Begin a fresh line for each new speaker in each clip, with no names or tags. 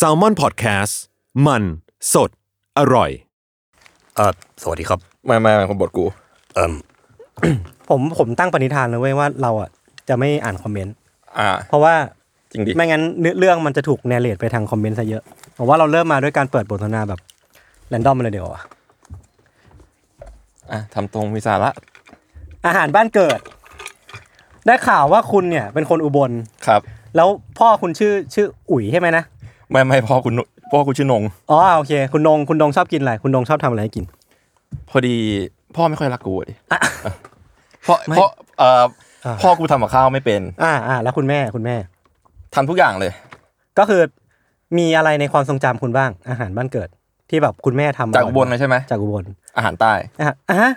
s a l ม o n PODCAST มันสดอร่อย
เออสวัสดีครับ
ไมามามาคนบทกู
เอ่ม
ผมผมตั้งปณิธานเลยเว้ยว่าเราอ่ะจะไม่อ่านคอมเมนต์
อ่า
เพราะว่า
จริงดิ
ไม่งั้นเนื้อเรื่องมันจะถูกเนเรตไปทางคอมเมนต์ซะเยอะผมว่าเราเริ่มมาด้วยการเปิดบทสนทนาแบบแรนดอมมาเลยเดียวอ่ะ
อ่ะทำตรงมีสาระ
อาหารบ้านเกิด ได้ข่าวว่าคุณเนี่ยเป็นคนอุบล
ครับ
แล้วพ่อคุณชื่อชื่ออุ๋ยใช่ไหมนะ
ไม่ไม่พ่อคุณพ่อคุณชื่อนง
อ๋อโอเค คุณนงคุณนงชอบกินอะไรคุณนงชอบทำอะไรให้กิน
พอดีพ่อไม่ค่อยรักกูอะดิเพราะเพราะเอ่อ
อ่า
พ่อกูทำกับข้าวไม่เป็น
อ่าอ่าแล้วคุณแม่คุณแม่
ทำทุกอย่างเลย
ก็คือมีอะไรในความทรงจำคุณบ้าง อาหารบ้านเกิด ที่แบบคุณแม่ทำ
จากอุบลเลยใช่ไหม
จากอุบล
อาหารใต้
อ่ะอ่ะ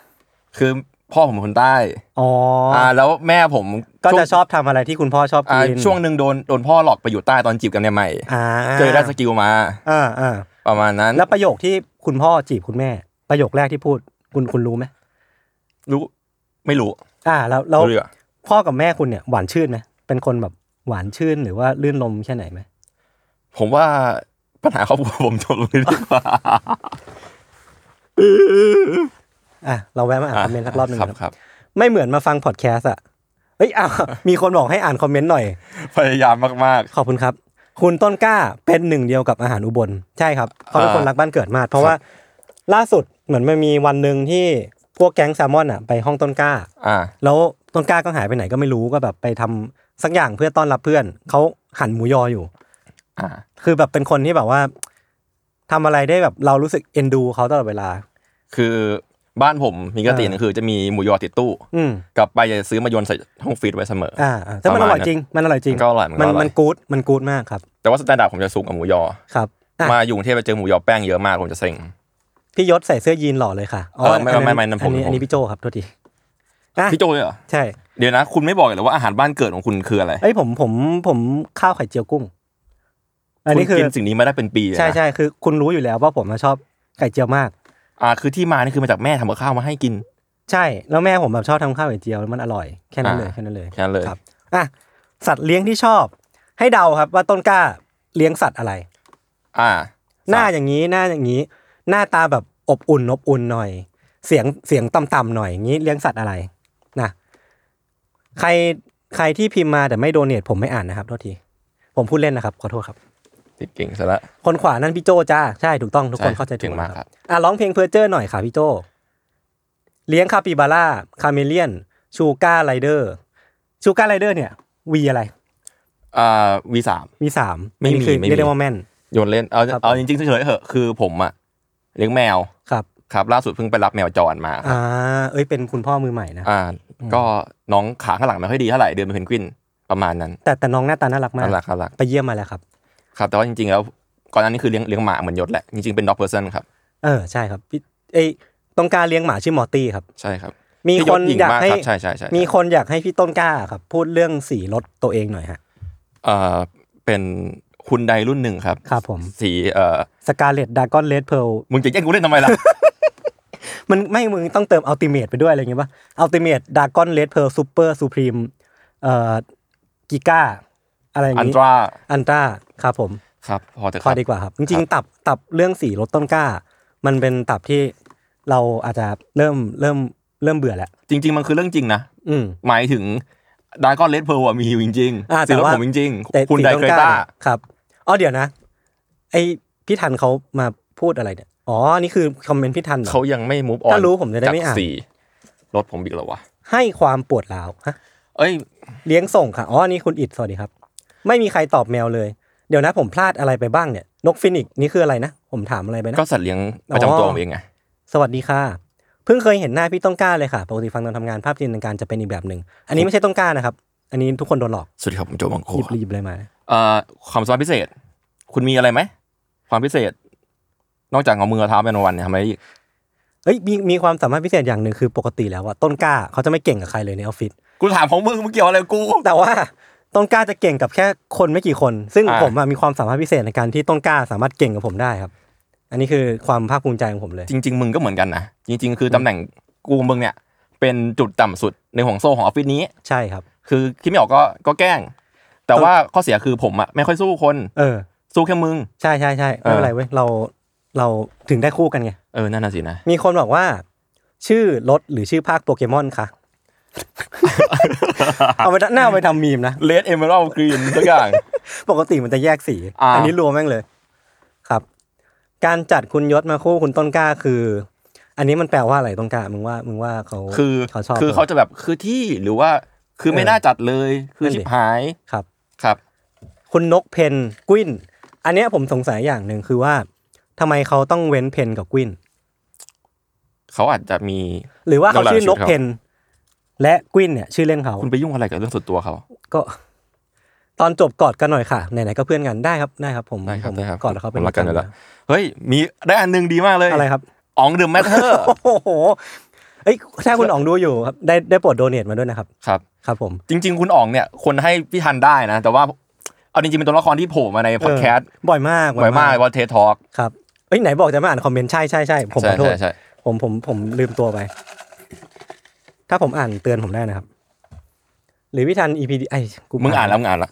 คือพ่อผมเป็นคนใต้
อ๋ออ
่าแล้วแม่ผม
ก็จะช
ช่ว
อ
ง
บทำอะไรที่คุณพ่อชอบ
อ่า
กิน
ช่วงหนึ่งโดนโดนพ่อหลอกไปอยู่ใต้ตอนจีบกันใหม่
อ่า
ๆเจอได้สกิลมา
อ่าอ่า
ประมาณนั้น
แล้วประโยคที่คุณพ่อจีบคุณแม่ ประโยคแรกที่พูดคุณคุณรู้ไหม
รู้ไม่รู้
อ่า แล้วแล้ว
รู้ดีกว่า
พ่อกับแม่คุณเนี่ยหวานชื่นไหมเป็นคนแบบหวานชื่นหรือว่าลื่นลมแค่ไหนไหม
ผมว่าปัญหาครอบครัวผมจบลงเลยดีกว่า
อ่ะเราแวะมาอ่านคอมเมนต์สักรอบหนึ่ง
ครับ
นะครับ ไม่เหมือนมาฟังพอดแคสต์อ่ะเอ้ยอ้าว มีคนบอกให้อ่านคอมเมนต์หน่อย
พยายามมาก
ขอบคุณครับ คุณต้นกล้าเป็นหนึ่งเดียวกับอาหารอุบลใช่ครับเขาเป็น
อ่า
คนรักบ้านเกิดมากเพราะว่าล่าสุดเหมือนมันมีวันหนึ่งที่พวกแก๊งแซลมอนอ่ะไปห้องต้นกล้า
ๆ อ่า
แล้วต้นกล้าก็หายไปไหนก็ไม่รู้ก็แบบไปทำสักอย่างเพื่อต้อนรับเพื่อนเขาหั่นหมูยออยู่
อ่า
คือแบบเป็นคนที่แบบว่าทำอะไรได้แบบเรารู้สึกเอ็นดูเขาตลอดเวลา
คือบ้านผมมีกระติ
เออ
หนงคือจะมีหมูยอติดตู้
อืม
กลับไปจะซื้อมาโยนใส่ห้องฟรีดไว้เสมออ
อ่าอ่าแต่มัน
ป
อ
ระมาณ
ร่อยจริงมันอร่อยจริง
มันก็อร่อยมันก็
มัน
อร่อย
มันกู๊ดมันกู๊ดมากครับ
แต่ว่าสแตนดาร์ดผมจะสูงกับหมูยอ
ครับอ่ะ
มาอยู่กรุงเทพไปเจอหมูยอแป้งเยอะมากผมจะเซ็ง
พี่ยศใส่เสื้อยีนหล่อเลยค่ะ
เออไม่ไม่ไม่ไม่นั่นผม
อันนี้
ผม
อันนี้พี่โจครับโทษทีอ่ะ
พี่โจเลยเหรอ
ใช่
เดี๋ยวนะ คุณไม่บอกเลยเหรอว่าอาหารบ้านเกิดของคุณคืออะไร
เอ้ยผมผมผมข้าวไข่เจียวกุ้ง อัน
คุณ
นี้คือ
กินสิ่งนี้มาได้เป็นปีเลยนะ
ใช่ใช่คือ คุณรู้อยู่แล้วว่าผมอะชอบไข่เจียวมาก
อ่าคือที่มานี่คือมาจากแม่ทำกับข้าวมาให้กิน
ใช่แล้วแม่ผมแบบชอบทำข้าวไข่เจียวแล้วมันอร่อยแค่นั้นเลย
อ่า
แค่นั้นเลย
แค่นั้นเลย
ครับอ่ะสัตว์เลี้ยงที่ชอบ ให้เดาครับว่าต้นกล้าเลี้ยงสัตว์อะไร
อ่า
หน้าอย่างนี้หน้าอย่างนี้ หน้าตาแบบอบอุ่นอบอุ่นหน่อย เสียงเสียงต่ำๆหน่อยอย่างนี้เลี้ยงสัตว์อะไรนะใครใครที่พิมพ์มาแต่ไม่โดเนทผมไม่อ่านนะครับโทษทีผมพูดเล่นนะครับขอโทษครับ
ติดเก่งซะละ
คนขวานั่นพี่โจจ้าใช่ถูกต้องทุกคน
ใช่
เข้าใจถู
เก่
ก
ง
นะ
มากครับ
อ่ะร้องเพลงเพอร์เจอร์หน่อยค่ะพี่โจเลี้ยงคาปิบาร่าคาเมเลียนชูการ์ไรเดอร์ชูการ์ไรเดอร์เนี่ยวีอะไร
อ่าวีสาม
วีสาม
ไม่
อัน
มี
นี้คือ
ไม่มี
เรียกได้ว่าแม่น
โยนเล่น เอา
ครับ
เอาจริงๆเฉยๆเหอะคือผมอะเลี้ยงแมว
ครับ
ครับ ล่าสุดเพิ่งไปรับแมวจรมาครับ
อ่าเอ้ยเป็นคุณพ่อมือใหม่นะ
อ่า ก็น้องขาข้างหลังไม่ค่อยดีเท่าไหร่เดินเป็นเพนกวินประมาณนั้น
แต่แต่น้องหน้าตาน่ารักมา
น่าก รักน่ารัก
ไปเยี่ยมมาแล้วครับ
ครับแต่ว่าจริงๆแล้วก่อนหน้านี้คือเลี้ยงเลี้ยงหมาเหมือนยศแหละจริงๆเป็นด็อกเพอร์เซนครับ
เออใช่ครับพี่เอ้ยต้องการเลี้ยงหมาชื่อมอตตี้ครับ
ใช่ครับ
มี
พี่
คน
ศหญิง
อยาก
มาก
ให้
ครับใช่ใช่ใช่
มีคนอยากให้พี่ต้นกล้าครับ พูดเรื่องสีรถตัวเองหน่อยฮะ
เอ่อเป็นคุณใดรุ่นหนึ่งครับ
ครับผม
สีเอ่อ
สกาเลตดากอนเลดเพล
มึงจะแย่งกูเล่นทำไมล่ะ
มันไม่มึงต้องเติมอัลติเม e ไปด้วยอะไรอย่างเงี้ยป่ะอัลติเม e ดากอนเลดเพลซูเปอร์ซูพรีมเอ่อกิก้าอะไรอย่าง
อัน
งี้
ตรา
อันตราครับผม
ครับพอเถอะ
พ
ค
อ
รับ
ดีกว่าครับ จริงๆ ตับตับเรื่องสีรถต้นกล้า มันเป็นตับที่เราอาจจะเริ่มเริ่มเริ่มเบื่อแล้ว
จริง ๆ มันคือเรื่องจริงนะ
อืม
หมายถึงดาก้อนเลดเพลมีอยู่จริง
อ่า
ๆ
แต่
สีรถ
ว่า
ผมจริง
แต่
ๆคุณ
สี
ได
ต้น
เคย
กล้า
ต้า
ครับอ๋อเดี๋ยวนะ ไอพี่ทันเขามาพูดอะไรเนี่ยอ๋อนี่คือคอมเมนต์พี่ทันเหรอ
เขายังไม่มูฟออน
ถ้ารู้ผมจะได้ไม่อ่าน
สีรถผมอีกแล้ววะ
ให้ความปวดร้าวฮะ
เอ้ย
เลี้ยงส่งค่ะ อ๋อ นี่คุณอิดสวัสดีครับ ไม่มีใครตอบแมวเลย เดี๋ยวนะผมพลาดอะไรไปบ้างเนี่ย นกฟินิกซ์นี่คืออะไรนะ ผมถามอะไรไปนะ
ก็สัตว์เลี้ยงประจำตัวผมเองไง
สวัสดีค่ะ เพิ่งเคยเห็นหน้าพี่ต้องกล้าเลยค่ะ ปกติฟังตอนทำงานภาพจินตนาการจะเป็นอีกแบบหนึ่ง อันนี้ไม่ใช่ต้องกล้านะครับ อันนี้ทุกคนโดนหลอก
สวัสดีครับผมโจมังโค
หยิบหยิบเลยมา
เอ่อความสามารถพิเศษ คุณมีอะไรไหมความพิเศษ นอกจากเอามือเอาเท้าเป็นวันเนี่ยทำอะไรอีก
เอ้ยมีมีความสามารถพิเศษอย่างหนึ่งคือปกติแล้วว่าต้นกล้าเขาจะไม่เก่งกับใครเลยในออฟฟิศ
กูถามของมึงมึงเกี่ยวอะไรกับกู
แต่ว่าต้นกล้าจะเก่งกับแค่คนไม่กี่คน ซึ่ง
อ่า
ผมอะมีความสามารถพิเศษในการที่ต้นกล้าสามารถเก่งกับผมได้ครับ อันนี้คือความภาคภูมิใจของผมเลย
จริง ๆ มึงก็เหมือนกันนะ จริง ๆ คือตำแหน่งกูมึงเนี่ย เป็นจุดต่ำสุดในห่วงโซ่ของออฟฟิศนี้
ใช่ครับ
คือคิดไม่ออกก็ก็แกล้ง แ แต่ว่าข้อเสียคือผมอะไม่ค่อยสู้คน
เออ
สู้แค่มึง
ใช่ใช่ใช่
เอ
ไม่
อ
เป็นไรเว้ยเราเราถึงได้คู่กันไง
เออนั่นน่ะสินะ
มีคนบอกว่า ชื่อรถหรือชื่อภาคโปเกมอน คะ เอาไปน่าเอาไปทำมีมนะ
Red Emerald Green สักอย่าง
ปกติมันจะแยกสี
อ่า
อันนี้รวมแม่งเลย ครับ การจัดคุณยศมาคู่คุณต้นกล้าคือ อันนี้มันแปลว่าอะไรต้นกล้ามึงว่ามึงว่าเขา
คือ
เขาชอบ
คื
ห
อ
ร
เขาจะแบบคือที่หรือว่าคือไม่
เออ
น่าจัดเลย คือ
นั่นดิ
ชิบหาย
ครับ
ครับ
คุณนกเพนกวิน อันเนี้ยผมสงสัยอย่างหนึ่งคือว่าทำไมเขาต้องเว้นเพนกับกวิน
เขาอาจจะมี
หรือว่าเขาชื่อนก
เราเล่าชีวิตเขา
เพนและกวินเนี่ย ชื่อเล่นเขา
คุณไปยุ่งอะไรกับเรื่องส่วนตัวเขา
ก็ ตอนจบกอดกันหน่อยค่ะไหนๆก็เพื่อนกันได้ครับได้ครับ ผม
ได้ครับ
ผม
ได้ครับ
กอดแล้วเขาเป็น
ผมรักกันอยู่แล้ว เฮ้ย มีได้อันหนึ่งดีมากเลย
อะไรครับ
อ๋องเดอะแมท เทอร์
โอ้โหเอ้ยถ้าคุณอ๋องดูอยู่ครับ ได้ได้โปรดโดเนทมาด้วยนะครับ
ครับ
ครับผม
จริง ๆ คุณอ๋องเนี่ยคนให้พี่ทันได้นะ แต่ว่าเอาจริงๆเป็นตัวละครที่โผล่มาในพอดแคสต์
บ่อยมาก
บ่อยมากว่าเททอก
ครับเอ้ยไหนบอกจะไม่อ่านคอมเมนต์ใช่ใช่ใช่ผม
ใช่
ขอโทษ
ใช่ใช่
ผมผมผมลืมตัวไป ถ้าผมอ่านเตือนผมได้นะครับ หรือพี่ทัน EP ไอ้กู
มึงอ่านแล้วมึงอ่านละ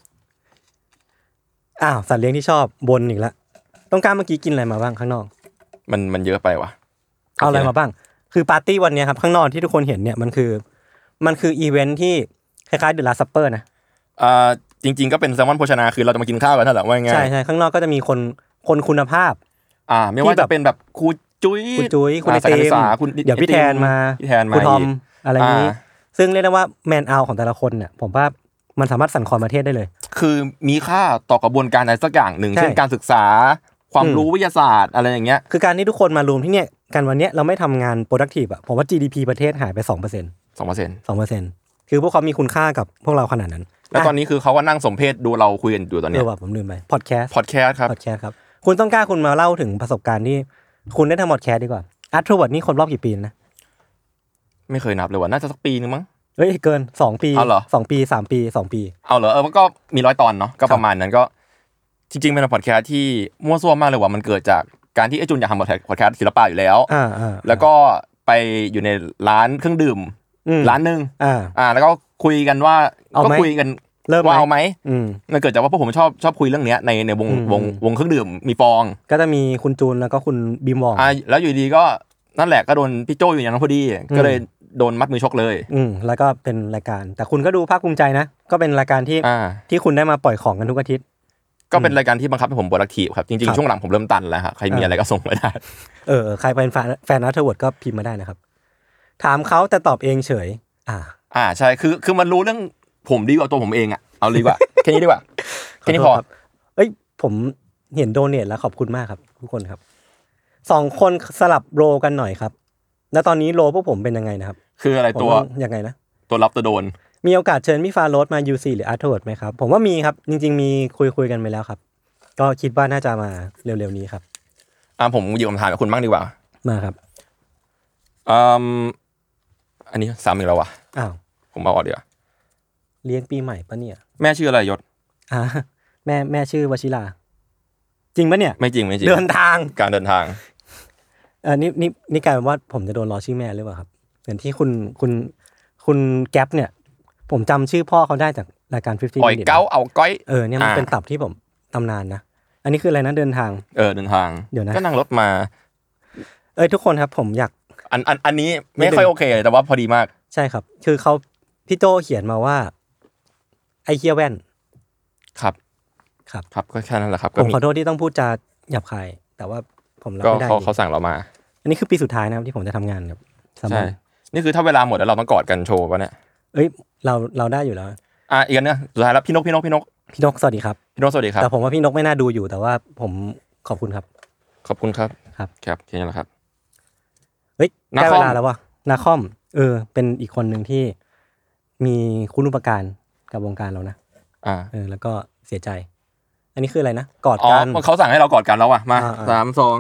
อ้าวสัตว์เลี้ยงที่ชอบบนอีกแล้วต้องการเมื่อกี้กินอะไรมาบ้างข้างนอก
มันมันเยอะไปว่ะ
เอาอะไรมาบ้าง คือปาร์ตี้วันเนี้ยครับ ข้างนอกที่ทุกคนเห็นเนี่ยมันคือ มันคืออีเวนท์ที่คล้ายๆเดอะลาซัปเปอร์นะ
อ่าจริง ๆ ก็เป็นแซลมอนโภชนาคือเราจะมากินข้าวกันนั่นแหละว่าง่าย
ใช่ใช่ข้างนอกก็จะมีคนคนคุณภาพ
ๆอ่า ไม่ว่าจะเป็นแบบครูจุ้ย
คุณจุ้ยคุณไอ
อ่าสา
ติ
ยการศึ
ม
กษาคุณ
เดี๋ยวพี่แทนมา
พี่แทนมา
คุณทอม
ก
อะไรนี้
อ่า
ซึ่งเรียกได้ว่าแมนเอาของแต่ละคนเนี่ยผมว่ามันสามารถสั่นคลอนประเทศได้เลย
คือมีค่าต่อกระบวนการอะไรสักอย่างหนึ่ง
ใช่
เช่นการศึกษา ความ
อืม
รู้วิทยาศาสตร์อะไรอย่างเงี้ย
คือการที่ทุกคนมารวมที่เนี่ยกันวันเนี้ยเราไม่ทำงาน productive อะผมว่า GDP ประเทศหายไป2% 2%
สองเปอร์เซ็นต์
คือพวกเขามีคุณค่ากับพวกเราขนาดนั้น
แล้วตอนนี้คือเขาก็นั่งสมเพศดูเราคุยกันอยู่ตอน
เอ
เนี้
อว่ะผมลืมไป podcast
พอดแคสต์ครับ
พอดแคสต์ครับ คุณต้องกล้าคุณมาเล่าถึงประสบการณ์ที่ คุณได้ทำพอดแคสต์ดีกว่าอัตทรวดนี่คนรอบกี่ปีนะ
ไม่เคยนับเลยว่ะน่าจะสักปีนึงมั้ง
เอ้ยเกินสองปี
เอาเหรอ
สองปีสามปีสองปี
เอาเหรอเออมันก็มีร้อยตอนเนาะก็ประมาณนั้นก็ จริง ๆ เป็นพอดแคสต์ที่มั่วซั่วมากเลยว่ะมันเกิดจากการที่ไอจุนอยากทำพอดแคสต์ศิลปะอยู่แล้ว
อ่าอ่า
แล้วก็ไปอยู่ในร้านเครื่องดื่ม
อืม
ร้านหนึ่ง
อ่า
อ่า แล้วก็คุยกันว่า
เอาไหม
ก็คุยกัน
เริ่มไหม
ว่าเอาไหม
อืม
มันเกิดจากว่าพวกผมชอบชอบคุยเรื่องเนี้ยในในวง
อืม
วงวงเครื่องดื่มมีฟอง
ก็จะมีคุณจูนแล้วก็คุณบีมวอง
อ่าแล้วอยู่ดีก็นั่นแหละก็โดนพี่โจอยู่อย่างนั้นพอดี ก็เลยโดนมัดมือชกเลย
อืมแล้วก็เป็นรายการ แต่คุณก็ดูภาคภูมิใจนะ ก็เป็นรายการที่
อ่า
ที่คุณได้มาปล่อยของกันทุกอาทิตย์
ก็เป็นรายการที่บังคับให้ผมบรักทีครับจริ
ค
ง
รับ
ๆช่วงหลังผมเริ่มตันแล้วฮะใครมีอะไรก็ส่งมาได้
เออใครเป็นแฟนแฟนอัตทรวดก็พิมพ์มาได้นะครับ ถามเขาแต่ตอบเองเฉย อ่า
อ่าใช่คือคือมันรู้เรื่องผมดีกว่าตัวผมเองอ่ะเอาดีกว่า แค่นี้ดีกว่าแค่นี้พอ
ขโทษรับเอ้ย ผมเห็นโดเนทแล้วขอบคุณมากครับ ทุกคนครับสองคนสลับโรลกันหน่อยครับ แล้วตอนนี้โรลพวกผมเป็นยังไงนะครับ
คืออะไร
ผม
ตัว
ต้องยังไงนะ
ตัวรับตัวโดน
มีโอกาสเชิญพี่ฟาโรสมา UC หรืออาร์ทเวิร์ดไหมครับ ผมว่ามีครับ จริง ๆ มีคุยคุยๆกันไปแล้วครับ ก็คิดว่าน่าจะมาเร็วๆนี้ครับ
อ่าผมหยิบคำถามจากคุณบ้างดีกว่า
มาครับ
อืมอันนี้ซ้ำอีกแล้วว่ะ
อ้าว
ผมเอาออกดีกว่า
เลี้ยงปีใหม่ปะเนี่ย
แม่ชื่ออะไรยศ
อ่าแม่แม่ชื่อวชิราจริงปะเนี่ย
ไม่จริงไม่จริง
เดินทาง
การเดินทาง
เออนี่นี่นี่กลายเป็นว่าผมจะโดนล้อชื่อแม่หรือเปล่าครับเหมือนที่คุณคุณคุณแก๊ปเนี่ย ผมจำชื่อพ่อเขาได้จากรายการ15
ปล่อย
minutes
เก้าเอาก้อย
เออเนี่ยมัน
อ่า
เป็นตับที่ผมตำนานนะอันนี้คืออะไรนะเดินทาง
เออเดินทาง
เดี๋ยวนะ
ก็นั่งรถมา
เอ้ยทุกคนครับ ผมอยาก
อันอันอันนี้
นิ
ไม่
ดนึง
ค่อยโอเคเลยแต่ว่าพอดีมาก
ใช่ครับ คือเขาพี่โจเขียนมาว่า ไอเคียแว่น
ครับ
ครับ
ครับก็แค่นั้นแหละครับ
ผม
มี
ขอโทษที่ต้องพูดจาหยาบคาย แต่ว่าผมรับ
ก็
ไม่ได้จ
เขา
ริง
เขาสั่งเรามา
อันนี้คือปีสุดท้ายนะครับที่ผมจะทำงานครับสำหรั
ใช่
บ
นี่คือถ้าเวลาหมดแล้วเราต้องกอดกันโชว์ปะเนี่ย
เอ้ย เราเราได้อยู่แล้ว
อ่ะอีกอันนึงสุดท้ายแล้วพี่นกพี่นกพี่นก
พี่นกสวัสดีครับ
พี่นกสวัสดีครับ
แต่ผมว่าพี่นกไม่น่าดูอยู่ แต่ว่าผมขอบคุณครับ
ขอบคุณครับ
ครับ
ครับแค่นี้แหละครับ
เฮ้ย
นา
ได้
คอ
เว
ม
ลาแล้วว่ะนาคอม เออ เป็นอีกคนหนึ่งที่มีคุณอุปการกับวงการเรานะ
อ่า
เออ แล้วก็เสียใจ อันนี้คืออะไรนะกอด
อ๋อ
กัน
เขาสั่งให้เรากอดกันแล้วอ่ะมา
อ่าอ่า
สามสอง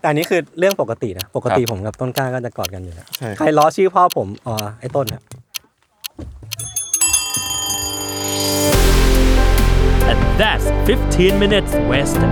แต่อันนี้คือเรื่องปกตินะปกติผมกับต้นกล้าก็จะกอดกันอยู่แล้ว
ใช่
ใครล้อชื่อพ่อผม อ๋อ ไอ้ต้นครับ
And that's 15 minutes west.